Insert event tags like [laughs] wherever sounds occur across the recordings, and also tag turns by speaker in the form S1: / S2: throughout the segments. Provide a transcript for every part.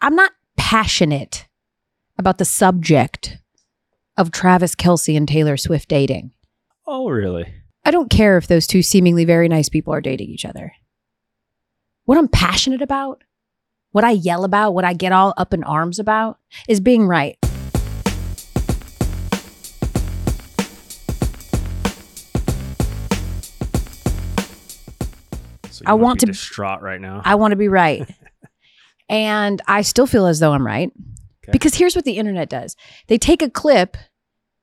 S1: I'm not passionate about the subject of Travis Kelsey and Taylor Swift dating.
S2: Oh, really?
S1: I don't care if those two seemingly very nice people are dating each other. What I'm passionate about, what I yell about, what I get all up in arms about is being right.
S2: So
S1: I
S2: must
S1: want
S2: be
S1: to-
S2: distraught right now.
S1: I want to be right. and I still feel as though I'm right.
S2: Okay.
S1: Because here's what the internet does they take a clip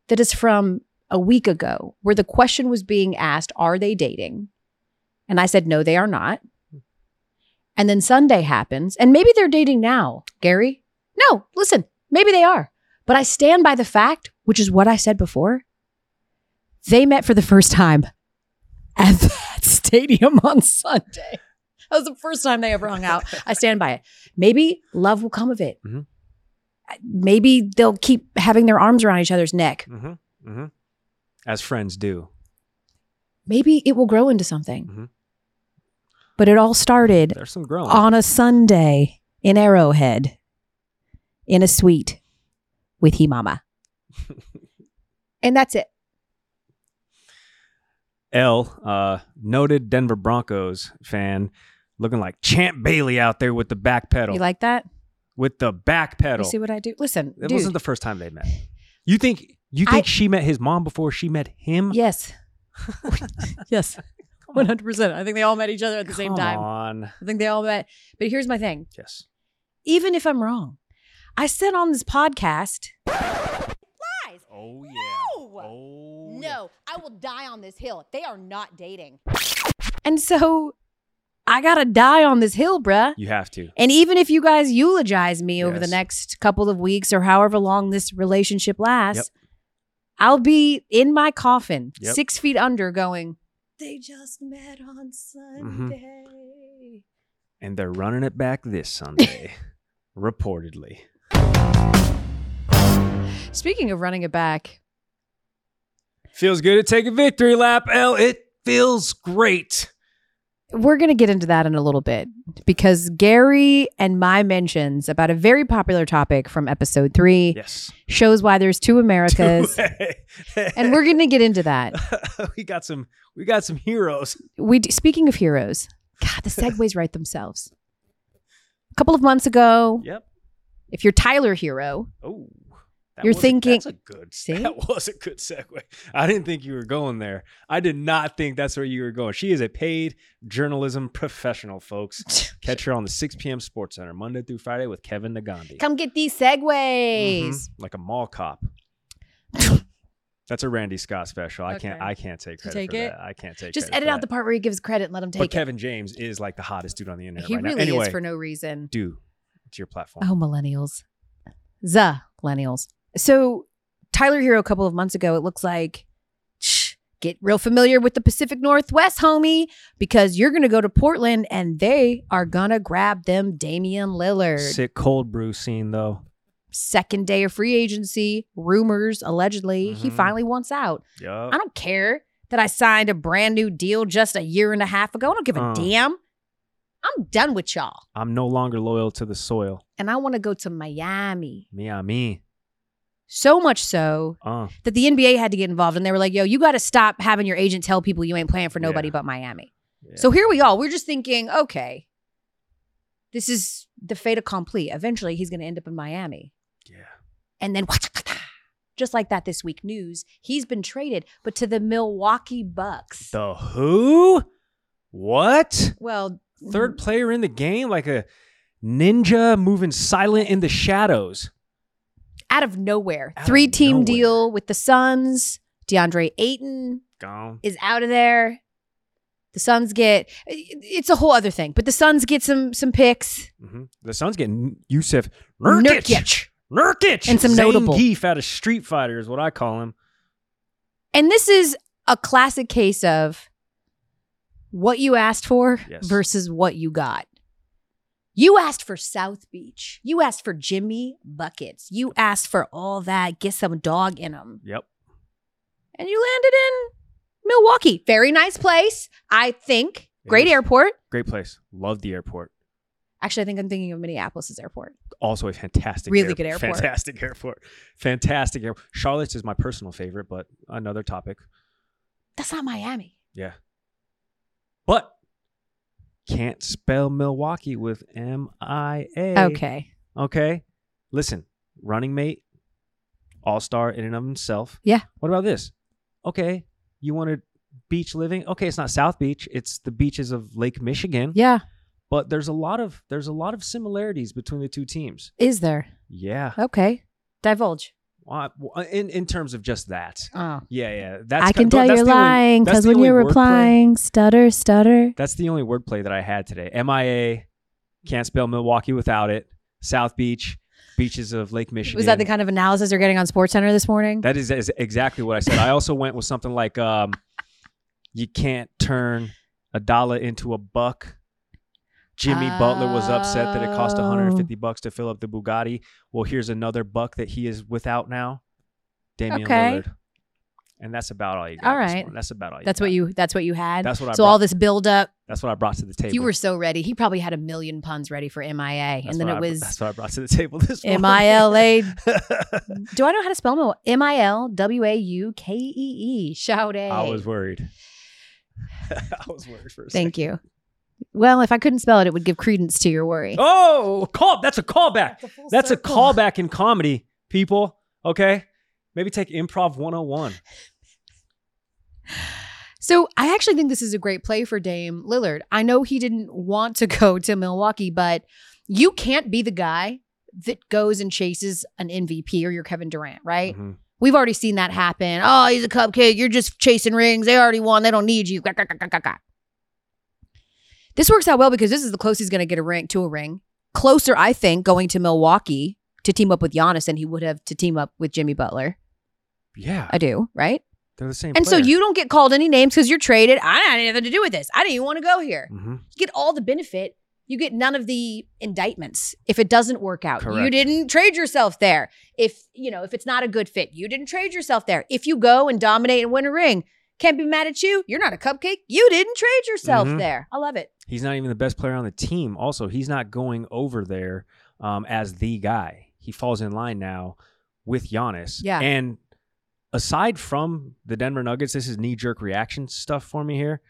S1: that is from a week ago where the question was being asked, Are they dating? And I said, No, they are not. And then Sunday happens, and maybe they're dating now, Gary. No, listen, maybe they are. But I stand by the fact, which is what I said before. They met for the first time at that [laughs] stadium on Sunday. That was the first time they ever hung out. I stand by it. Maybe love will come of it.
S2: Mhm.
S1: Maybe they'll keep having their arms around each other's neck.
S2: hmm hmm As friends do.
S1: Maybe it will grow into something.
S2: Mhm.
S1: But it all started
S2: There's some growing.
S1: on a Sunday in Arrowhead in a suite with he mama. [laughs] and that's it.
S2: L, uh, noted Denver Broncos fan, looking like Champ Bailey out there with the back pedal.
S1: You like that?
S2: with the back
S1: You
S2: pedal.
S1: see what I do? Listen,
S2: it
S1: dude.
S2: wasn't the first time they met. You think you think she met his mom before she met him? [laughs]
S1: yes. [laughs] yes. 100%. I think they all met each other at the same
S2: Come
S1: time.
S2: on.
S1: I think they all met. But here's my thing.
S2: Yes.
S1: even if I'm wrong. I said on this podcast. Lies.
S2: Oh yeah.
S1: No!
S2: Oh
S1: No, I will die on this hill. They are not dating. And so I got to die on this hill, bruh.
S2: You have to.
S1: And even if you guys eulogize me over the
S2: Yes.
S1: next couple of weeks or however long this relationship lasts,
S2: Yep.
S1: I'll be in my coffin,
S2: Yep.
S1: six feet under, going, They just met on
S2: Mm-hmm.
S1: Sunday.
S2: And they're running it back this Sunday, [laughs] reportedly.
S1: Speaking of running it back,
S2: Feels good to take a victory lap, L. It feels great.
S1: We're going to get into that in a little bit because Gary and my mentions about a very popular topic from episode three
S2: Yes.
S1: shows why there's
S2: [laughs]
S1: two Americas. and we're going to get into that.
S2: [laughs] we got some we got some heroes.
S1: We do, Speaking of heroes, God, the segues write themselves. A couple of months ago,
S2: Yep.
S1: if you're Tyler
S2: [laughs]
S1: Hero,
S2: Oh. that
S1: You're
S2: was a-
S1: thinking-
S2: that's a good
S1: See?
S2: that was a good segue. I didn't think you were going there. I did not think that's where you were going. She is a paid journalism professional, folks. Catch her on the 6 p.m. Sports Center Monday through Friday with Kevin Nagandi.
S1: come get these
S2: Mhm.
S1: segues.
S2: Like a
S1: [laughs]
S2: mall cop. That's a Randy Scott special. I can't.
S1: Okay.
S2: I can't take
S1: You
S2: credit
S1: take
S2: for
S1: it?
S2: that. I can't take.
S1: Just
S2: credit
S1: edit
S2: for
S1: out the
S2: that.
S1: part where he gives credit and let him
S2: But
S1: take it.
S2: Kevin James is like the hottest dude on the internet
S1: He
S2: right
S1: really
S2: now. Anyway,
S1: is for no reason.
S2: do it's your platform.
S1: Oh, millennials. The millennials. So Tyler Hero a couple of months ago, it looks like shh, get real familiar with the Pacific Northwest, homie, because you're gonna go to Portland and they are gonna grab them Damian Lillard.
S2: Sick cold brew scene though.
S1: Second day of free agency, rumors allegedly, he
S2: Mhm.
S1: finally wants out.
S2: Yup.
S1: I don't care that I signed a brand new deal just a year and a half ago. I don't give a
S2: Uh.
S1: damn. I'm done with y'all.
S2: I'm no longer loyal to the soil.
S1: And I want to go to Miami.
S2: Me, I me.
S1: So much so
S2: Uh,
S1: that the NBA had to get involved and they were like, yo, you got to stop having your agent tell people you ain't playing for nobody
S2: Yeah.
S1: but Miami.
S2: yeah.
S1: So here we are. We're just thinking, okay, this is the fait accompli. Eventually, he's going to end up in Miami.
S2: yeah.
S1: And then, just like that, this week news, he's been traded, but to the Milwaukee Bucks.
S2: The who? What?
S1: well, Mm.
S2: Third player in the game, like a ninja moving silent in the shadows.
S1: out of nowhere,
S2: Out of
S1: three team
S2: nowhere.
S1: deal with the Suns. DeAndre Ayton
S2: Gone.
S1: is out of there. The Suns get it's a whole other thing, but the Suns get some some picks.
S2: hmm The Suns getting Yusef Nurkic.
S1: Nurkic.
S2: Nurkic.
S1: And some notable-
S2: Zangief out of Street Fighter is what I call him.
S1: And this is a classic case of what you asked for
S2: Yes.
S1: versus what you got. You asked for South Beach. You asked for Jimmy Buckets. You asked for all that. Get some dog in them.
S2: Yep.
S1: And you landed in Milwaukee. Very nice place, I think.
S2: It
S1: Great
S2: is.
S1: airport.
S2: Great place. Love the airport.
S1: I Actually, I think I'm thinking of Minneapolis's airport.
S2: Also a fantastic,
S1: Really
S2: air-
S1: good airport.
S2: fantastic [laughs] airport, fantastic airport. Charlotte's is my personal favorite, but another topic.
S1: That's not Miami.
S2: Yeah, but can't spell Milwaukee with M I A.
S1: Okay.
S2: Okay. Listen, running mate, all star in and of himself.
S1: Yeah.
S2: What about this? Okay. You wanted beach living? Okay, it's not South Beach. It's the beaches of Lake Michigan.
S1: Yeah.
S2: But there's a lot of there's a lot of similarities between the two teams.
S1: Is there?
S2: Yeah.
S1: Okay. Divulge.
S2: Why- why- In in terms of just that.
S1: Oh.
S2: Yeah, yeah. Ah. That's
S1: I
S2: ki-
S1: can tell
S2: that's
S1: you're
S2: the only-
S1: lying
S2: that's
S1: because
S2: the
S1: when
S2: only
S1: you're
S2: wordplay-
S1: replying, stutter, stutter.
S2: That's the only wordplay that I had today. MIA can't spell Milwaukee without it. South Beach, beaches of Lake Michigan.
S1: Was that the kind of analysis you're getting on SportsCenter this morning?
S2: That is, is exactly what I said. I also went with something like, um, "You can't turn a dollar into a buck." Jimmy Butler was upset that it cost
S1: Oh.
S2: 150 bucks to fill up the Bugatti. Well, here's another buck that he is without now, Damian
S1: Okay.
S2: Lillard. And that's about all you got.
S1: All
S2: this
S1: right.
S2: morning. that's about all. You
S1: that's
S2: got.
S1: what you. That's what you had.
S2: That's what I.
S1: so
S2: brought,
S1: all this build up,
S2: that's what I brought to the table.
S1: you were so ready. He probably had a million puns ready for MIA,
S2: That's
S1: and then
S2: what
S1: it
S2: I-
S1: was
S2: That's what I brought to the table this morning.
S1: M I L A.
S2: I
S1: Do I know how to spell Mil- M I L W A U K E E? Shout
S2: [laughs]
S1: A.
S2: was worried. I was worried for a second.
S1: Thank you. Well, if I couldn't spell it, it would give credence to your worry.
S2: Oh, call. That's a callback. That's a callback in comedy, people. Okay. Maybe take improv 101.
S1: So I actually think this is a great play for Dame Lillard. I know he didn't want to [laughs] go to Milwaukee, but you can't be the guy that goes and chases an MVP or your Kevin Durant, right?
S2: Mhm.
S1: We've already seen that happen. Oh, he's a cupcake. You're just chasing rings. They already won. They don't need you. Gah, gah, gah, gah, gah, gah. This works out well because this is the closest he's going to get a ring to a ring. Closer, I think, going to Milwaukee to team up with Giannis than he would have to team up with Jimmy Butler.
S2: Yeah.
S1: I do, right?
S2: They're the same.
S1: And so
S2: player.
S1: you don't get called any names because you're traded. I had nothing to do with this. I didn't even want to go here.
S2: Mhm.
S1: You get all the benefit. You get none of the indictments if it doesn't work out. You
S2: Correct.
S1: didn't trade yourself there. If you know if it's not a good fit, you didn't trade yourself there. If you go and dominate and win a ring, can't be mad at you. You're not a cupcake. You didn't trade yourself
S2: Mhm.
S1: there. I love it.
S2: He's not even the best player on the team. Also, he's not going over there um, as the guy. He falls in line now with Giannis.
S1: Yeah.
S2: And aside from the Denver Nuggets, this is knee jerk reaction stuff for me here.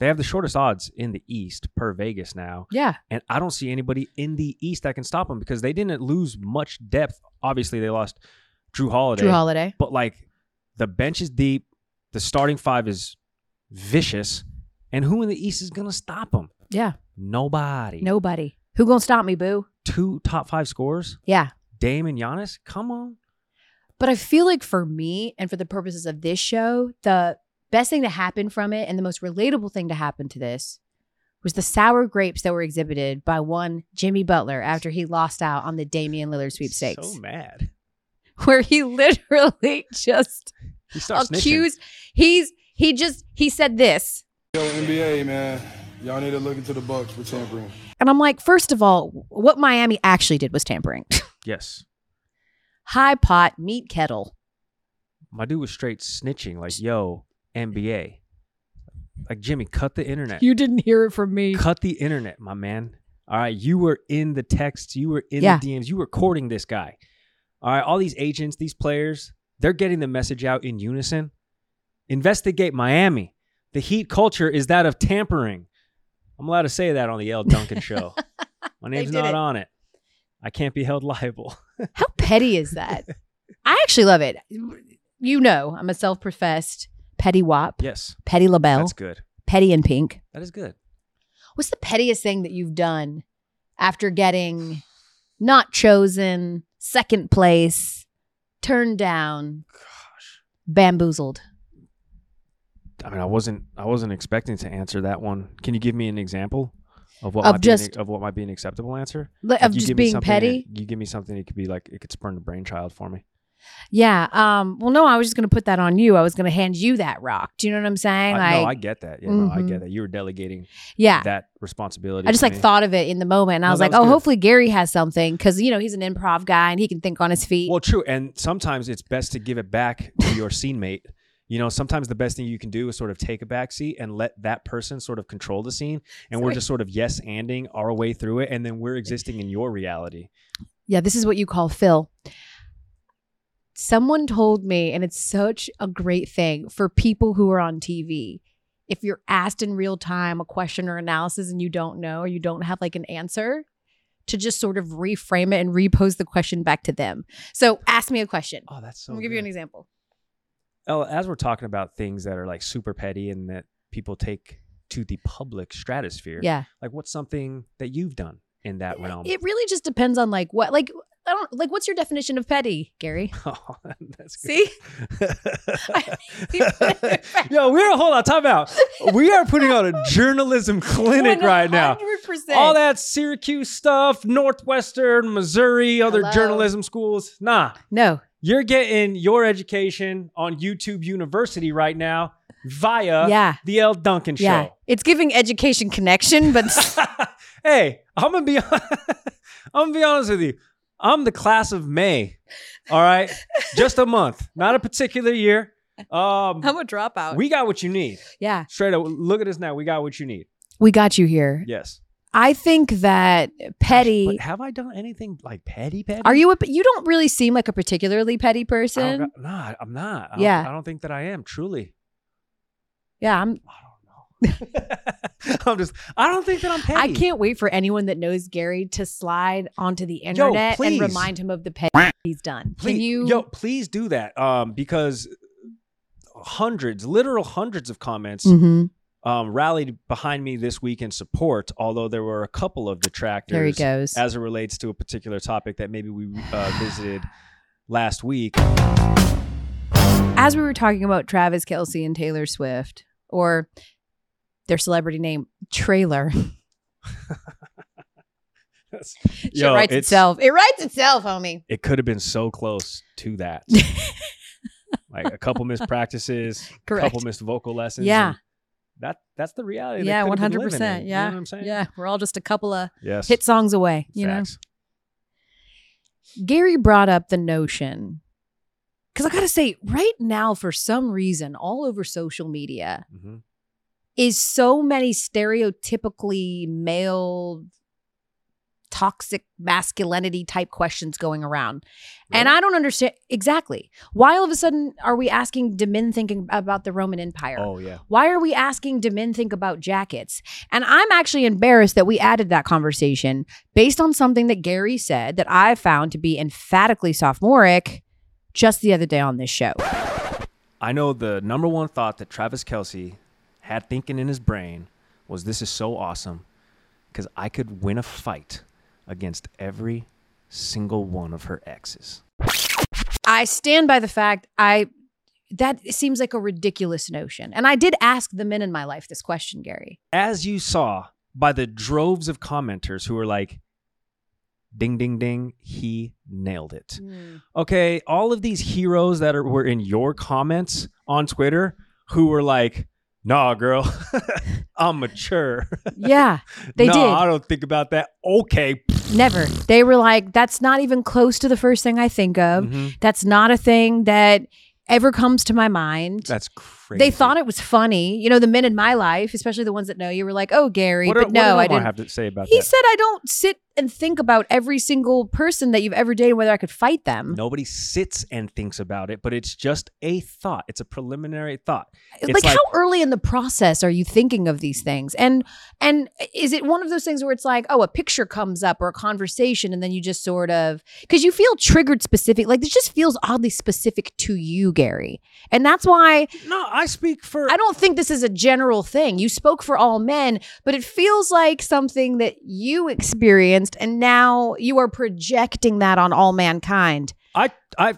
S2: They have the shortest odds in the East per Vegas now.
S1: Yeah,
S2: And I don't see anybody in the East that can stop them because they didn't lose much depth. Obviously, they lost Drew Holiday.
S1: Holiday.
S2: But like the bench is deep, the starting five is vicious, and who in the East is going to stop them?
S1: Yeah,
S2: Nobody.
S1: nobody. Who gonna stop me, boo?
S2: Two top five scores,
S1: Yeah.
S2: Dame and Giannis. Come on.
S1: But I feel like for me and for the purposes of this show, the best thing to happen from it and the most relatable thing to happen to this was the sour grapes that were exhibited by one Jimmy Butler after he lost out on the Damian Lillard sweepstakes,
S2: So mad.
S1: [laughs] where he literally [laughs] just
S2: He starts snitching.
S1: accused. He's he just he said this.
S3: Yo, NBA, man. Y'all need to look into the Bucks for tampering.
S1: And I'm like, first of all, what Miami actually did was tampering. [laughs]
S2: Yes.
S1: High pot, meat kettle.
S2: My dude was straight snitching, like, yo, NBA. Like, Jimmy, cut the internet.
S1: You didn't hear it from me.
S2: cut the internet, my man. All right, you were in the texts, you were in
S1: Yeah.
S2: the DMs, you were courting this guy. All right, all these agents, these players, they're getting the message out in unison. Investigate Miami. The Heat culture is that of tampering. I'm allowed to say that on the L
S1: [laughs]
S2: Duncan show. My name's
S1: did
S2: not
S1: it.
S2: on it. I can't be held [laughs] liable.
S1: How petty is that? I actually love it. You know, I'm a self professed petty wop,
S2: Yes,
S1: petty labelle,
S2: that's good.
S1: petty and pink.
S2: That is good.
S1: What's the pettiest thing that you've done after getting not chosen, second place, turned down,
S2: Gosh.
S1: bamboozled?
S2: I mean, I wasn't I wasn't expecting to answer that one. Can you give me an example of what
S1: Of
S2: might be
S1: just-
S2: an, of what might be an acceptable answer?
S1: Like,
S2: Like,
S1: of
S2: you
S1: just
S2: give me
S1: being
S2: something
S1: petty?
S2: that- you give me something, it could be like it could spurn a brainchild for me.
S1: Yeah. Um, well, no, I was just going to put that on you. I was going to hand you that rock. Do you know what I'm saying?
S2: I, no, I
S1: like,
S2: get that. Yeah, no, I
S1: Mhm.
S2: get that. You were delegating
S1: yeah.
S2: that responsibility.
S1: I just
S2: to
S1: like
S2: me.
S1: thought of it in the moment. And I
S2: No,
S1: was
S2: that
S1: like,
S2: was
S1: oh,
S2: good.
S1: hopefully Gary has something because, you know, he's an improv guy and he can think on his feet. [laughs]
S2: Well, true, and sometimes it's best to give it back to your scene mate You know, sometimes the best thing you can do is sort of take a back seat and let that person sort of control the scene. And we're
S1: Sorry.
S2: just sort of yes anding our way through it. And then we're existing in your reality.
S1: Yeah, this is what you call Phil. Someone told me, and it's such a great thing for people who are on TV. If you're asked in real time a question or analysis and you don't know or you don't have like an answer, to just sort of reframe it and repose the question back to them. So ask me a question.
S2: Oh, that's so
S1: Let me give you an
S2: good.
S1: example.
S2: Oh, as we're talking about things that are like super petty and that people take to the public stratosphere,
S1: Yeah.
S2: like what's something that you've done in that realm?
S1: It really just depends on like what, like, I don't like what's your definition of petty, Gary?
S2: [laughs] oh, that's good. [laughs]
S1: See? [laughs]
S2: Yo, we're hold on, time out. We are putting on a
S1: [laughs]
S2: journalism clinic right now.
S1: 100%.
S2: All that Syracuse stuff, Northwestern, Missouri, other
S1: Hello.
S2: journalism schools. Nah,
S1: No.
S2: you're getting your education on YouTube University right now via
S1: yeah.
S2: the L. Duncan Uh, Show.
S1: Yeah. It's giving education connection,
S2: [laughs]
S1: but
S2: hey, I'm gonna be [laughs] I'm gonna be honest with you. I'm the class of May. All right. Just a month, not a particular year. Um
S1: I'm a dropout.
S2: we got what you need.
S1: yeah.
S2: Straight up look at us now. We got what you need.
S1: We got you here.
S2: Yes.
S1: I think that petty.
S2: But have I done anything like petty petty?
S1: Are you a, you don't really seem like a particularly petty
S2: I don't
S1: person.
S2: got- nah, I'm not. I don't-
S1: Yeah.
S2: I don't think that I am, truly.
S1: yeah, I'm
S2: I don't know. [laughs] I'm just I don't think that I'm petty.
S1: I can't wait for anyone that knows Gary to slide onto the internet and
S2: please.
S1: remind him of the petty he's done.
S2: please,
S1: Can you
S2: yo please do that um because hundreds literal hundreds of comments
S1: Mhm.
S2: um rallied behind me this week in support although there were a couple of detractors
S1: There he goes.
S2: as it relates to a particular topic that maybe we
S1: [sighs]
S2: uh, visited last week
S1: As we were talking about Travis Kelsey and Taylor Swift or their celebrity name, Trailer. [laughs]
S2: [laughs] Yo,
S1: it writes
S2: it's-
S1: itself. It writes itself, homie.
S2: it could have been so close
S1: [laughs]
S2: to that like a couple missed practices a
S1: [laughs] Correct.
S2: couple missed vocal lessons
S1: Yeah.
S2: and that that's the reality they
S1: Yeah,
S2: could have been living
S1: 100%,
S2: in,
S1: yeah,
S2: you know what i'm saying
S1: Yeah, we're all just a couple of
S2: yes
S1: hit songs away, you know.
S2: Facts.
S1: Gary brought up the notion because I got to say, right now, for some reason, all over social media
S2: Mhm.
S1: is so many stereotypically male, toxic masculinity type questions going around. And
S2: Really?
S1: I don't understand exactly why all of a sudden are we asking do men thinking about the Roman Empire?
S2: oh yeah
S1: Why are we asking do men think about jackets? And I'm actually embarrassed that we added that conversation based on something that Gary said that I found to be emphatically sophomoric just the other day on this show.
S2: I know the number one thought that Travis Kelsey had thinking in his brain was this is so awesome because I could win a fight against every single one of her exes.
S1: I stand by the fact I that seems like a ridiculous notion. And I did ask the men in my life this question, Gary.
S2: As you saw by the droves of commenters who were like, ding, ding, ding, he nailed it. Okay, all of these heroes that are, were in your comments on Twitter who were like, nah, girl, [laughs] I'm mature.
S1: Yeah, They
S2: no,
S1: did.
S2: I don't think about that. Okay.
S1: never. They were like that's not even close to the first thing I think of.
S2: Mhm.
S1: That's not a thing that ever comes to my mind.
S2: That's crazy.
S1: They thought it was funny. You know, the men in my life, especially the ones that know you, were like, "Oh, Gary,"
S2: What,
S1: but no, I
S2: Omar
S1: didn't.
S2: have to say about
S1: He
S2: that?
S1: said, "I don't sit and think about every single person that you've ever dated, whether I could fight them."
S2: Nobody sits and thinks about it, but it's just a thought. It's a preliminary thought. It's
S1: like,
S2: like-
S1: how early in the process are you thinking of these things? And and is it one of those things where it's like, oh, a picture comes up or a conversation, and then you just sort of because you feel triggered specific, like this just feels oddly specific to you, Gary, and that's why
S2: No, I speak for.
S1: I don't think this is a general thing. You spoke for all men, but it feels like something that you experienced and now you are projecting that on all mankind.
S2: I, I,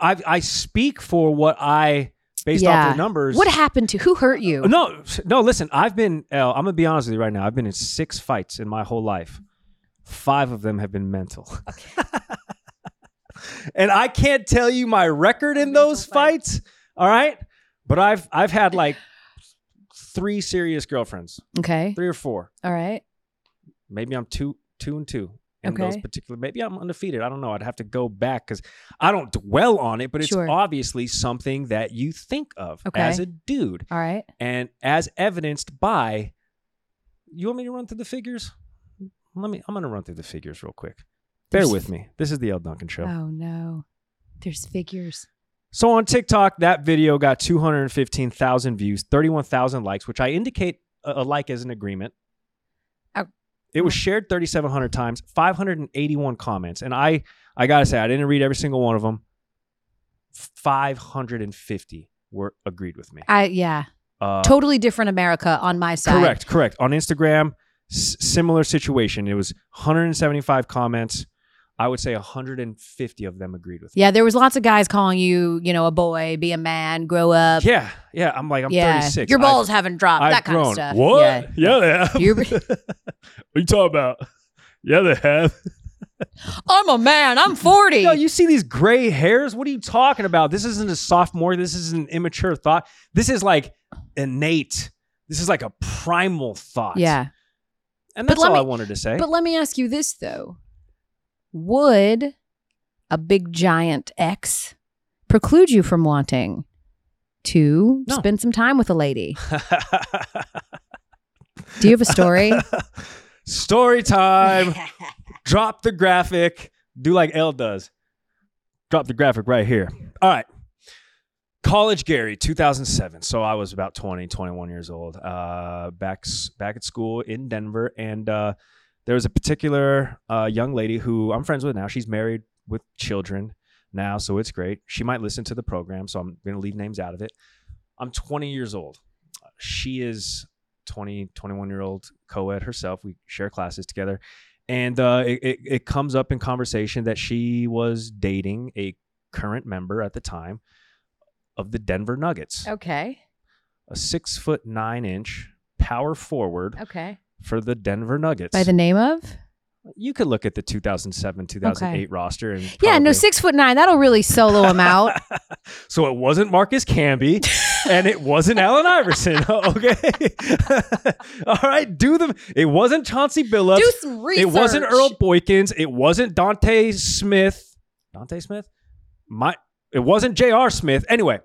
S2: I, I speak for what I based
S1: Yeah.
S2: off the numbers.
S1: What happened to who hurt you?
S2: No, no. Listen, I've been. Uh, I'm gonna be honest with you right now. I've been in six fights in my whole life. Five of them have been mental. [laughs] and I can't tell you my record in
S1: Mental
S2: those
S1: fights.
S2: fights. All right, but I've I've had like three serious girlfriends,
S1: Okay.
S2: three or four.
S1: All right.
S2: Maybe I'm two two and two. in those
S1: Okay.
S2: particular. Maybe I'm undefeated. I don't know. I'd have to go back because I don't dwell on it, but it's
S1: Sure.
S2: obviously something that you think of
S1: Okay.
S2: as a dude,
S1: All right.
S2: and as evidenced by. You want me to run through the figures? Let me. I'm gonna run through the figures real quick. Bear
S1: There's-
S2: with me. This is the L. Duncan Show.
S1: Oh no. There's figures.
S2: So on TikTok, that video got 215,000 views, 31,000 likes, which I indicate a, a like as an agreement.
S1: Oh.
S2: It was shared 3,700 times, 581 comments, and I I gotta say I didn't read every single one of them. 550 were agreed with me.
S1: I yeah.
S2: Uh,
S1: totally different America on my side.
S2: correct, correct. On Instagram, s- similar situation. It was 175 comments. I would say 150 of them agreed with me.
S1: Yeah, there was lots of guys calling you, you know, a boy, be a man, grow up.
S2: Yeah, yeah. I'm like I'm
S1: Yeah.
S2: 36.
S1: Your
S2: I've-
S1: balls haven't dropped.
S2: I've
S1: that kind
S2: grown.
S1: of stuff. Yeah.
S2: What? Yeah, they have. [laughs]
S1: You're- [laughs]
S2: what are you talking about? Yeah, they have.
S1: I'm a man. I'm 40.
S2: Yo, you see these gray hairs? What are you talking about? This isn't a sophomore. This is an immature thought. This is like innate. This is like a primal thought.
S1: yeah.
S2: and
S1: But
S2: that's
S1: let
S2: all I
S1: me-
S2: wanted to say.
S1: But let me ask you this though. Would a big giant X preclude you from wanting to
S2: No.
S1: spend some time with a lady? Do you have a
S2: [laughs]
S1: story?
S2: [laughs] Story time. Drop the graphic. Do like L does. Drop the graphic right here. All right. College Gary, 2007. So I was about 20, 21 years old. Uh, back s- back at school in Denver, and uh, there was a particular uh, young lady who I'm friends with now. She's married with children now, so it's great. She might listen to the program, so I'm going to leave names out of it. I'm 20 years old. She is 20, 21 year old co-ed herself. We share classes together. And uh, it, it, it comes up in conversation that she was dating a current member at the time of the Denver Nuggets,
S1: [laughs] okay.
S2: a six foot nine inch power forward
S1: Okay.
S2: for the Denver Nuggets.
S1: By the name of?
S2: you could look at the 2007, 2008
S1: Okay.
S2: roster. And
S1: Yeah, no,
S2: probably-
S1: six foot nine. That'll really solo him out.
S2: [laughs] so it wasn't Marcus Camby and
S1: [laughs]
S2: it wasn't Allen Iverson. [laughs] Okay. All right. Do them. It wasn't Chauncey Billups.
S1: Do some research.
S2: It wasn't Earl Boykins. It wasn't Dante Smith. Dante Smith? My it wasn't J.R. Smith. Anyway,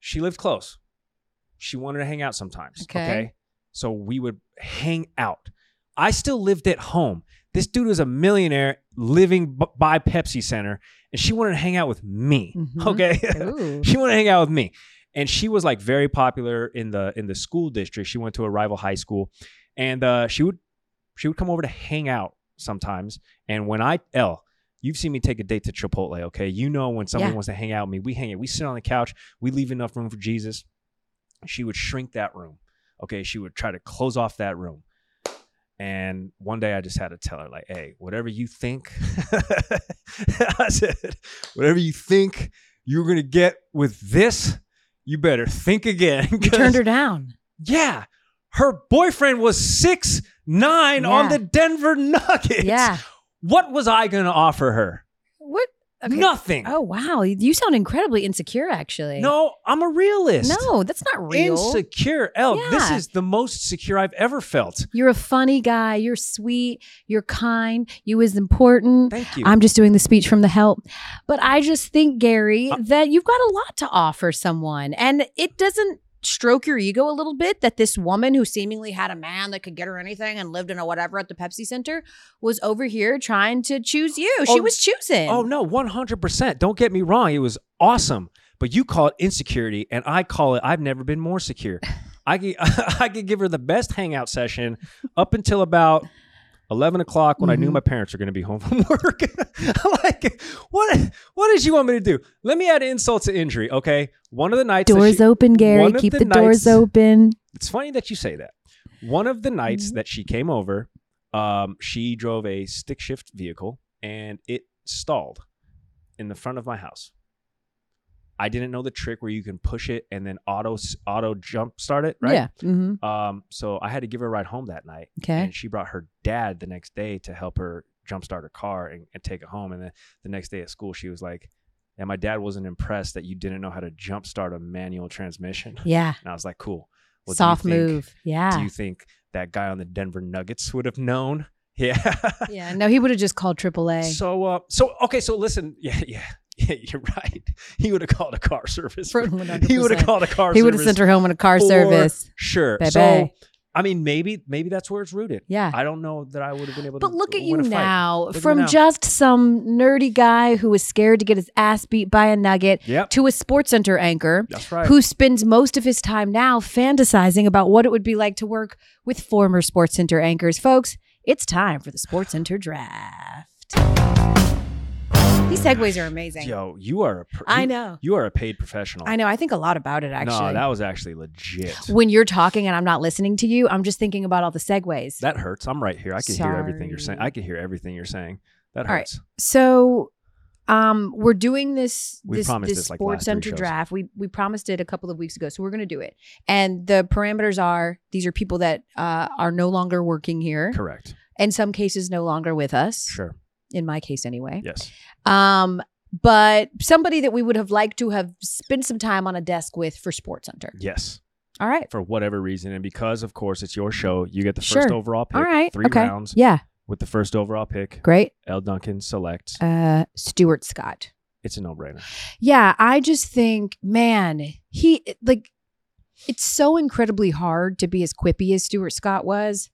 S2: she lived close. She wanted to hang out sometimes.
S1: Okay.
S2: Okay. So we would hang out. I still lived at home. This dude was a millionaire living b- by Pepsi Center, and she wanted to hang out with me.
S1: Mhm.
S2: Okay. [laughs]
S1: Ooh.
S2: she wanted to hang out with me and she was like very popular in the in the school district she went to a rival high school and uh, she would she would come over to hang out sometimes and when i l you've seen me take a date to chipotle okay you know when someone
S1: Yeah.
S2: wants to hang out with me we hang out we sit on the couch we leave enough room for jesus she would shrink that room okay she would try to close off that room and one day I just had to tell her, like, hey, whatever you think, [laughs] I said, whatever you think you're going to get with this, you better think again. [laughs]
S1: You turned her down.
S2: Yeah. Her boyfriend was six nine on
S1: Yeah.
S2: the Denver Nuggets.
S1: yeah.
S2: What was I going to offer her?
S1: What? Okay.
S2: Nothing.
S1: Oh wow, you sound incredibly insecure. Actually,
S2: No, I'm a realist.
S1: no, that's not real.
S2: Insecure. L, this
S1: Yeah.
S2: is the most secure I've ever felt.
S1: You're a funny guy. You're sweet. You're kind. You is important.
S2: Thank you.
S1: I'm just doing the speech from the help. But I just think, Gary,
S2: Uh-
S1: that you've got a lot to offer someone. And it doesn't stroke your ego a little bit that this woman who seemingly had a man that could get her anything and lived in a whatever at the Pepsi Center was over here trying to choose you. she
S2: Oh,
S1: was choosing.
S2: Oh no, one hundred percent. Don't get me wrong; it was awesome. But you call it insecurity, and I call it I've never been more secure. I could, [laughs] I could give her the best hangout session up until about eleven o'clock when I knew
S1: Mhm.
S2: my parents were going to be home from [laughs] work. I'm like, what? What did you want me to do? Let me add insult to injury. Okay, one of the nights that
S1: Doors
S2: she-
S1: open, Gary.
S2: one of
S1: Keep
S2: the
S1: the, doors
S2: nights-
S1: open.
S2: it's funny that you say that. One of the nights
S1: Mhm.
S2: that she came over, um, she drove a stick shift vehicle and it stalled in the front of my house. I didn't know the trick where you can push it and then auto auto jump start it, right?
S1: Yeah. hmm
S2: Um, so I had to give her a ride home that night,
S1: Okay.
S2: and she brought her dad the next day to help her jump start her car and, and take it home. And then the next day at school, she was like, "And my dad wasn't impressed that you didn't know how to jump start a manual transmission."
S1: Yeah.
S2: And I was like, "Cool." Well, do you
S1: Soft
S2: think-
S1: move. Yeah.
S2: do you think that guy on the Denver Nuggets would have known [laughs] Yeah.
S1: [laughs] Yeah, no, he would have just called AAA.
S2: so, uh, so okay. So listen. [laughs] Yeah, yeah, yeah. You're right. He would have called a car
S1: [laughs]
S2: service.
S1: For
S2: [laughs] He would have
S1: 100%.
S2: called a car.
S1: He would have sent her home in a car
S2: or-
S1: service.
S2: Sure.
S1: Bye
S2: So,
S1: bye.
S2: I mean, maybe, maybe that's where it's rooted.
S1: Yeah.
S2: I don't know that I would have been able to.
S1: Ah. But look at
S2: win
S1: you
S2: a fight.
S1: now,
S2: at me
S1: from
S2: now.
S1: just some nerdy guy who is scared to get his ass beat by a nugget
S2: Yep.
S1: to a sports center anchor
S2: That's right.
S1: who spends most of his time now fantasizing about what it would be like to work with former sports center anchors. Folks, it's time for the sports center draft. These segues are amazing.
S2: Yo, you are. A pr-
S1: I
S2: you-
S1: know.
S2: You are a paid professional.
S1: I know. I think a lot about it actually.
S2: No, that was actually legit.
S1: when you're talking and I'm not listening to you, I'm just thinking about all the segues.
S2: That hurts. I'm right here. I can hear everything you're saying.
S1: Sorry.
S2: I can hear everything you're saying. That
S1: All right.
S2: hurts.
S1: So, um, we're doing this
S2: We
S1: this,
S2: promised
S1: this
S2: this, like,
S1: sports
S2: last three
S1: center
S2: shows.
S1: draft. We we promised it a couple of weeks ago, so we're going to do it. And the parameters are these are people that uh, are no longer working here,
S2: Correct.
S1: in some cases, no longer with us.
S2: Sure.
S1: In my case, anyway.
S2: Yes.
S1: Um, but somebody that we would have liked to have spent some time on a desk with for Sports Center.
S2: Yes.
S1: All right.
S2: For whatever reason, and because of course it's your show, you get the first
S1: Sure.
S2: overall pick.
S1: All right.
S2: Three
S1: okay.
S2: rounds
S1: Yeah.
S2: with the first overall pick.
S1: Great.
S2: L. Duncan selects.
S1: Uh, Stuart Scott.
S2: it's a no-brainer.
S1: Yeah, I just think, man, he like it's so incredibly hard to be as quippy as Stuart Scott was.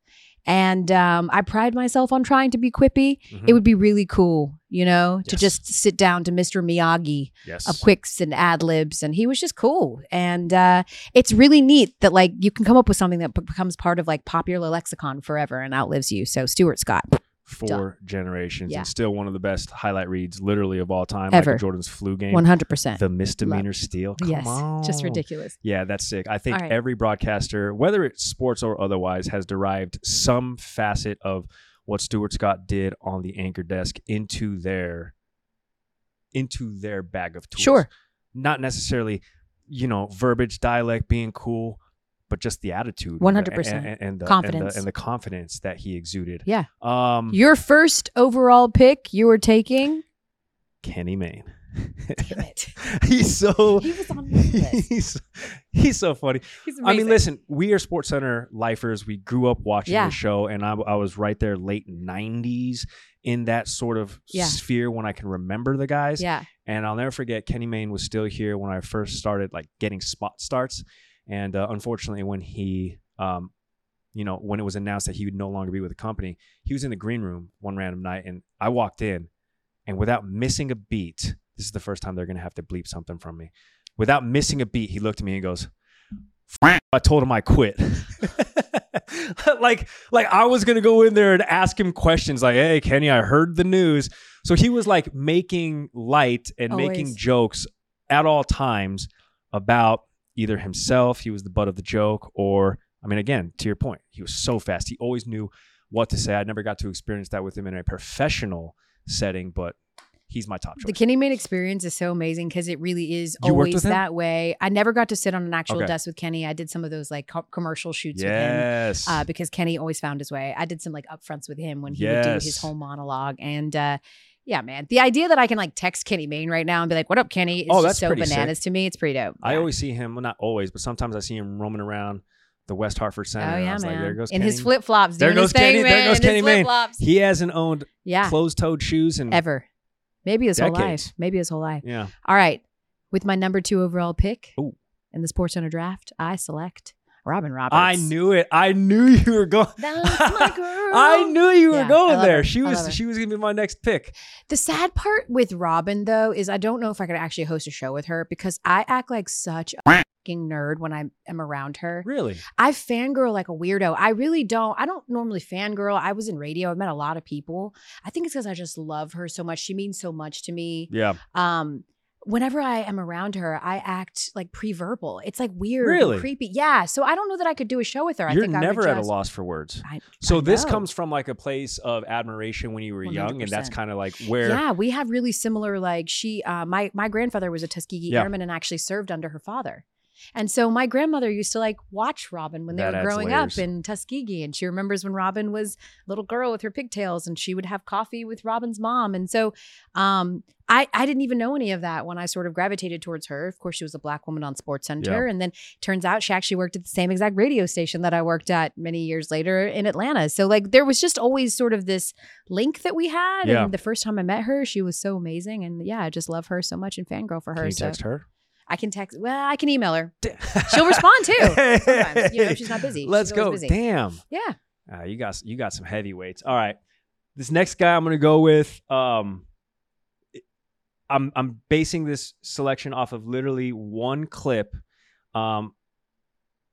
S1: And um, I pride myself on trying to be quippy.
S2: Mhm.
S1: It would be really cool, you know, to
S2: Yes.
S1: just sit down to Mr. Miyagi
S2: yes.
S1: of quicks and ad libs. And he was just cool. And uh, it's really neat that, like, you can come up with something that be- becomes part of like popular lexicon forever and outlives you. So, Stuart Scott.
S2: Four generations
S1: Yeah.
S2: and still one of the best highlight reads, literally of all time.
S1: Ever.
S2: Michael Jordan's flu game.
S1: 100%.
S2: The misdemeanor steal. Come
S1: yes. Just
S2: on.
S1: ridiculous.
S2: Yeah, that's sick. I think
S1: All right.
S2: every broadcaster, whether it's sports or otherwise, has derived some facet of what Stuart Scott did on the anchor desk into their into their bag of tools.
S1: Sure.
S2: Not necessarily, you know, verbiage, dialect being cool, but just the attitude. and the-
S1: 100%.
S2: and, and the And
S1: Confidence.
S2: the, and the confidence that he exuded.
S1: Yeah.
S2: Um
S1: Your first overall pick you were taking.
S2: Kenny Mayne.
S1: Damn it.
S2: [laughs] he's so
S1: He was
S2: [laughs]
S1: on my list.
S2: he's he's so funny.
S1: He's
S2: I mean, listen, we are Sports Center lifers. We grew up watching
S1: Yeah.
S2: the show, and I, I was right there, late '90s, in that sort of
S1: Yeah.
S2: sphere when I can remember the guys.
S1: Yeah.
S2: And I'll never forget Kenny Mayne was still here when I first started like getting spot starts, and uh, unfortunately, when he, um, you know, when it was announced that he would no longer be with the company, he was in the green room one random night, and I walked in, and without missing a beat, this is the first time they're gonna have to bleep something from me. Without missing a beat, he looked at me and goes, "F- "I told him I quit." [laughs] like, like I was gonna go in there and ask him questions, like, "Hey, Kenny, I heard the news." So he was like making light and making
S1: Always.
S2: jokes at all times about either himself, he was the butt of the joke, or I mean, again, to your point, he was so fast. He always knew what to say. I never got to experience that with him in a professional setting, but he's my top choice.
S1: The Kenny Mayne experience is so amazing because it really is
S2: You worked
S1: always
S2: with him?
S1: that way. I never got to sit on an actual
S2: Okay.
S1: desk with Kenny. I did some of those like co- commercial shoots with him.
S2: yes.
S1: Uh, because Kenny always found his way. I did some like upfronts with him when he would do his
S2: Yes.
S1: whole monologue. And uh, yeah, man, the idea that I can like text Kenny Mayne right now and be like, what up, Kenny? It's
S2: Oh,
S1: just
S2: that's
S1: so
S2: pretty sick.
S1: bananas to me. It's pretty dope.
S2: I
S1: Yeah.
S2: always see him, well, not always, but sometimes I see him roaming around the West Hartford
S1: Oh,
S2: Center. and I
S1: yeah,
S2: was
S1: man.
S2: Like, there goes
S1: In his
S2: Kenny."
S1: flip flops.
S2: There
S1: doing
S2: goes
S1: his thing,
S2: Kenny- there
S1: man,
S2: goes
S1: in his
S2: Kenny Mayne.
S1: flip-flops.
S2: He hasn't owned
S1: Yeah.
S2: closed-toed shoes and
S1: Ever. Maybe his whole
S2: Decades.
S1: life. Maybe his whole life.
S2: yeah.
S1: All right. With my number two overall pick
S2: Ooh.
S1: in the Sports Center draft, I select Robin Roberts.
S2: I knew it. I knew [laughs] you were going.
S1: [laughs]
S2: [laughs]
S1: That's my girl.
S2: I knew you were
S1: Yeah, I
S2: going
S1: love
S2: there.
S1: her.
S2: She
S1: I
S2: was
S1: love her.
S2: she was gonna be my next pick.
S1: The sad part with Robin, though, is I don't know if I could actually host a show with her because I act like such a fucking nerd when I am around her.
S2: Really?
S1: I fangirl like a weirdo. I really don't. I don't normally fangirl. I was in radio. I met a lot of people. I think it's because I just love her so much. She means so much to me.
S2: Yeah.
S1: um whenever i am around her i act like pre-verbal it's like weird and
S2: Really?
S1: creepy yeah so i don't know that i could do a show with her i
S2: You're
S1: think
S2: never
S1: i would
S2: at a
S1: just-
S2: loss for words.
S1: I-
S2: So
S1: I
S2: this
S1: know.
S2: comes from like a place of admiration when you were young, and that's
S1: 100%.
S2: kind of like where
S1: yeah we have really similar like she uh my my grandfather was a tuskegee
S2: Yeah.
S1: airman and actually served under her father And so my grandmother used to like watch Robin when they
S2: That
S1: were
S2: adds
S1: growing
S2: layers.
S1: up in Tuskegee. And she remembers when Robin was a little girl with her pigtails and she would have coffee with Robin's mom. And so um, I, I didn't even know any of that when I sort of gravitated towards her. Of course, she was a black woman on Sports Center. And then turns out she actually worked at the same exact radio station that I worked at many years later in Atlanta. So like there was just always sort of this link that we had.
S2: Yeah.
S1: And the first time I met her, she was so amazing. And yeah, I just love her so much and fangirl for her.
S2: Can you
S1: so
S2: text her?
S1: I can text. Well, I can email
S2: [laughs]
S1: her. She'll respond too. sometimes, you know, if she's not busy.
S2: Let's
S1: She's always
S2: go.
S1: busy.
S2: Damn.
S1: Yeah.
S2: Uh, you got you got some heavyweights. All right, this next guy I'm gonna go with. Um, I'm I'm basing this selection off of literally one clip. Um,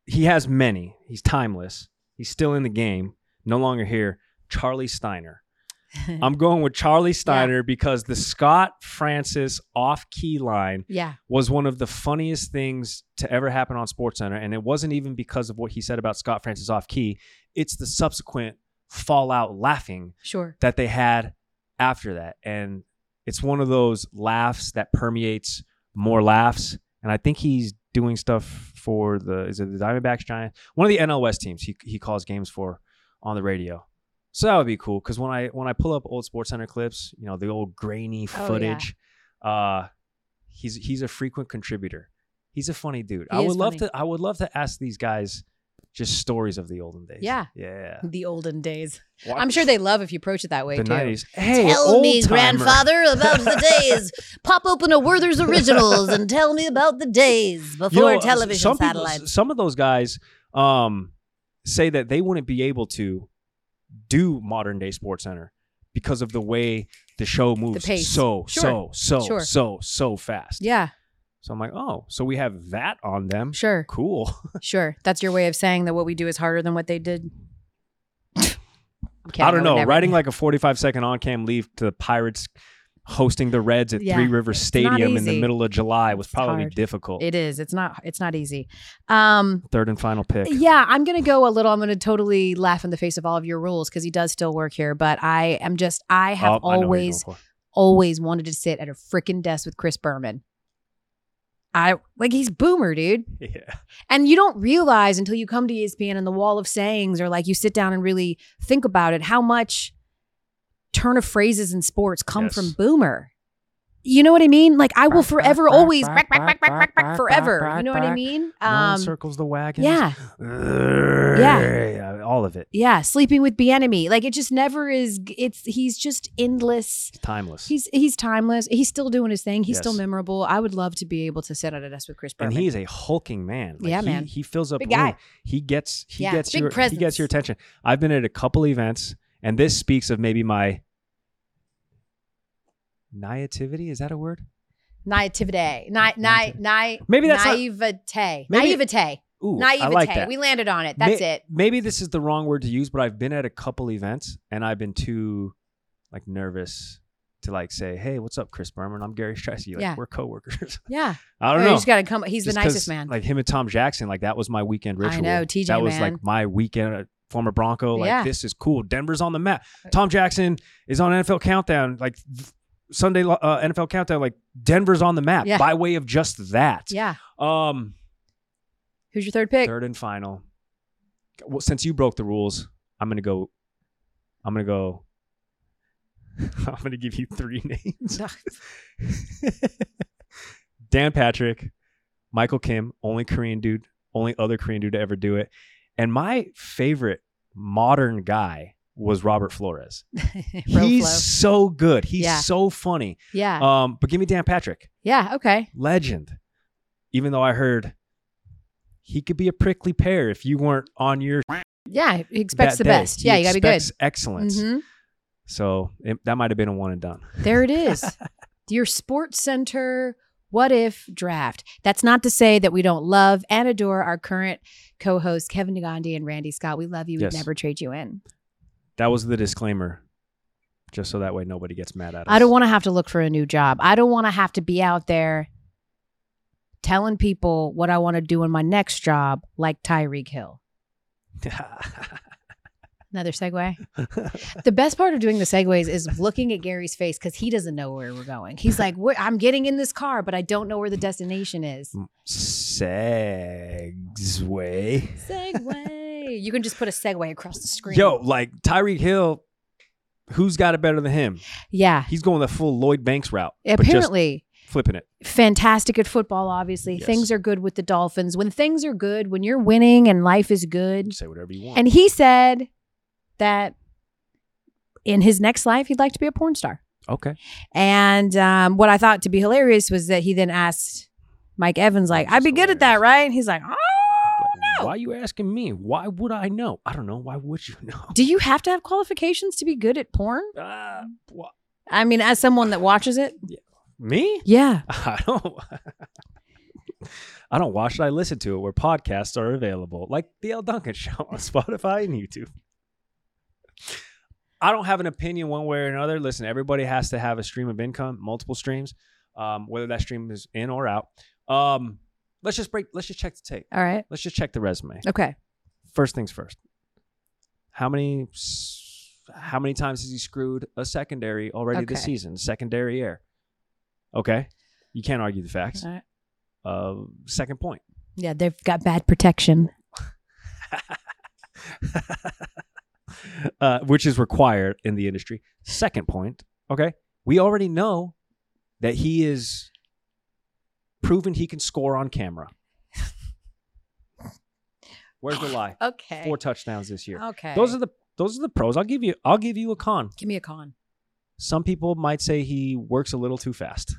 S2: he has many. He's timeless. He's still in the game. No longer here. Charlie Steiner.
S1: Mm-hmm.
S2: I'm going with Charlie Steiner because the Scott Francis off key line
S1: [laughs] yeah.
S2: was one of the funniest things to ever happen on SportsCenter. And it wasn't even because of what he said about Scott Francis off key, it's the subsequent fallout laughing
S1: Sure.
S2: that they had after that. And it's one of those laughs that permeates more laughs. And I think he's doing stuff for the is it the Diamondbacks Giants? One of the NL West teams he he calls games for on the radio. So that would be cool because when I when I pull up old Sports Center clips, you know, the old grainy
S1: Oh, yeah.
S2: footage, uh he's he's a frequent contributor. He's a funny dude.
S1: He
S2: I
S1: is
S2: would love
S1: funny.
S2: to I would love to ask these guys just stories of the olden days.
S1: Yeah.
S2: Yeah.
S1: The olden days. I'm sure they love if you approach it that way
S2: the
S1: too.
S2: 90s. Hey,
S4: tell me,
S2: old-timer.
S4: grandfather, about the
S2: [laughs]
S4: days. Pop open a Werther's Originals and tell me about the days
S2: You
S4: before
S2: know, s-
S4: television
S2: some people-
S4: satellites.
S2: some of those guys um, say that they wouldn't be able to do modern day Sports Center because of the way the show moves
S1: pace.
S2: so
S1: Sure.
S2: so so
S1: Sure.
S2: so so fast.
S1: Yeah.
S2: So I'm like, oh, so we have that on them.
S1: Sure.
S2: Cool.
S1: Sure. That's your way of saying that what we do is harder than what they did. I'm kidding.
S2: [laughs] I don't
S1: would
S2: know.
S1: never-
S2: Writing like a 45 second on cam leave to the Pirates hosting the Reds at
S1: Yeah.
S2: Three Rivers Stadium in the
S1: easy.
S2: middle of July was
S1: It's
S2: probably
S1: hard.
S2: difficult.
S1: it is. It's not. It's not easy. Um.
S2: Third and final pick.
S1: Yeah, I'm going to go a little. I'm going to totally laugh in the face of all of your rules because he does still work here. But I am just, I have
S2: Oh, I know what you're
S1: always
S2: going for. [laughs]
S1: always wanted to sit at a freaking desk with Chris Berman. I like he's boomer, dude.
S2: Yeah.
S1: And you don't realize until you come to E ESPN and the wall of sayings or like you sit down and really think about it how much turn of phrases in sports come
S2: Yes.
S1: from boomer. You know what I mean? Like I will Oh, forever always rack, rack, rack, rack, rack, rack, forever. You know what I mean?
S2: No one
S1: Um
S2: circles the wagons.
S1: yeah.
S2: Yeah. All of it.
S1: Yeah, sleeping with enemy. Like it just never is it's he's just endless
S2: It's timeless.
S1: He's he's timeless. He's still doing his thing. He's still
S2: Yes.
S1: memorable. I would love to be able to sit at a desk with Chris
S2: and
S1: Berman.
S2: he is a hulking man. Like,
S1: Yeah,
S2: he,
S1: man.
S2: He fills up
S1: Big
S2: room.
S1: guy.
S2: He gets he
S1: Yeah,
S2: gets
S1: big
S2: your he gets
S1: presence.
S2: your attention. I've been at a couple events, and this speaks of maybe my naivety. Is that a word?
S1: naivete, ni- ni- ni-
S2: Maybe that's not-
S1: naivete,
S2: Maybe-
S1: naivete,
S2: Ooh, I
S1: naivete.
S2: like that.
S1: We landed on it. That's
S2: Ma-
S1: it.
S2: Maybe this is the wrong word to use, but I've been at a couple events and I've been too like nervous to like say, "Hey, what's up, Chris Berman? I'm Gary Strachey. Like
S1: Yeah.
S2: we're coworkers." [laughs]
S1: Yeah,
S2: I don't
S1: You
S2: know.
S1: just gotta come. He's
S2: Just
S1: the
S2: 'cause,
S1: nicest man.
S2: Like him and Tom Jackson, like that was my weekend
S1: I
S2: ritual.
S1: know, TJ,
S2: That was
S1: man.
S2: like my weekend. uh, Former Bronco, like
S1: Yeah. Uh,
S2: this is cool. Denver's on the map. Tom Jackson is on NFL Countdown, like th- Sunday uh, NFL Countdown. Like Denver's on the map
S1: Yeah.
S2: by way of just that.
S1: yeah.
S2: Um,
S1: Who's your third pick?
S2: third and final. Well, since you broke the rules, I'm gonna go. I'm gonna go. [laughs] I'm gonna give you three [laughs] names: [laughs] Dan Patrick, Michael Kim, only Korean dude, only other Korean dude to ever do it, and my favorite modern guy was Robert
S1: [laughs]
S2: Flores.
S1: Row
S2: He's
S1: flow.
S2: so good. He's
S1: Yeah.
S2: so funny.
S1: Yeah.
S2: Um, but give me Dan Patrick
S1: yeah. Okay.
S2: legend. Even though I heard he could be a prickly pear if you weren't on your
S1: Yeah. He expects the best. yeah. You gotta be good.
S2: Excellence.
S1: Mhm.
S2: So it- that might have been a one and done.
S1: There it is. Your Sports Center What If draft. That's not to say that we don't love and adore our current co hosts, Kevin Nagandi and Randy Scott. We love you.
S2: Yes.
S1: We'd never trade you in.
S2: That was the disclaimer, just so that way nobody gets mad at us.
S1: I don't want to have to look for a new job. I don't want to have to be out there telling people what I
S2: [laughs]
S1: want to do in my next job, like Tyreek Hill. Another segue. the best part of doing the segues is looking at Gary's face because he doesn't know where we're going. He's like, "Where- I'm getting in this car, but I don't know where the destination is.
S2: Segway.
S1: Segway. You can just put a segue across the screen.
S2: Yo, like Tyreek Hill, who's got it better than him?
S1: Yeah.
S2: He's going the full Lloyd Banks route. But
S1: Apparently,
S2: just flipping it.
S1: fantastic at football, obviously.
S2: Yes.
S1: Things are good with the Dolphins. When things are good, when you're winning and life is
S2: You
S1: good.
S2: say whatever you want.
S1: And he said that in his next life, he'd like to be a porn star.
S2: okay.
S1: And um, what I thought to be hilarious was that he then asked Mike Evans, like,
S2: That's
S1: I'd be good at that,
S2: hilarious.
S1: right? And he's like, oh,
S2: Like,
S1: no.
S2: Why are you asking me? Why would I know? I don't know. Why would you [laughs] know?
S1: do you have to have qualifications to be good at porn?
S2: Ah, wha-
S1: I mean, as someone that watches it,
S2: me? [laughs]
S1: yeah.
S2: I don't. [laughs] I don't watch it. I listen to it where podcasts are available, like the El Duncan [laughs] Show on Spotify and YouTube. I don't have an opinion one way or another. Listen, everybody has to have a stream of income, multiple streams, um, whether that stream is in or out. Um, let's just break. Let's just check the tape.
S1: All right.
S2: Let's just check the resume.
S1: Okay.
S2: First things first. How many? s- How many times has he screwed a secondary already this
S1: Okay.
S2: season? Secondary air. Okay, you can't argue the facts.
S1: All right.
S2: Uh, second point.
S1: Yeah, they've got bad protection.
S2: uh, which is required in the industry. Second point, okay, we already know that he is proven he can score on camera. Where's the lie?
S1: Okay.
S2: Four touchdowns this year.
S1: Okay.
S2: Those are the those are the pros. I'll give you I'll give you a con.
S1: Give me a
S2: [laughs]
S1: con.
S2: Some people might say he works a little too fast.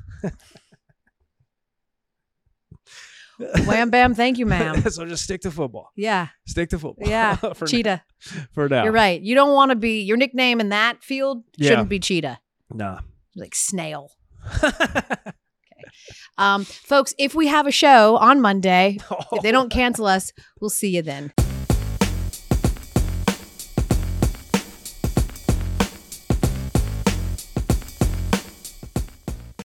S1: Wham bam, thank you, ma'am.
S2: [laughs] so just stick to football.
S1: Yeah,
S2: Stick to football.
S1: yeah.
S2: [laughs] for,
S1: cheetah.
S2: for now.
S1: You're right. You don't want to be your nickname in that field
S2: Yeah.
S1: shouldn't be cheetah.
S2: Nah. [laughs]
S1: Like snail. Um, folks, if we have a show on Monday, if they don't cancel us, we'll see you then.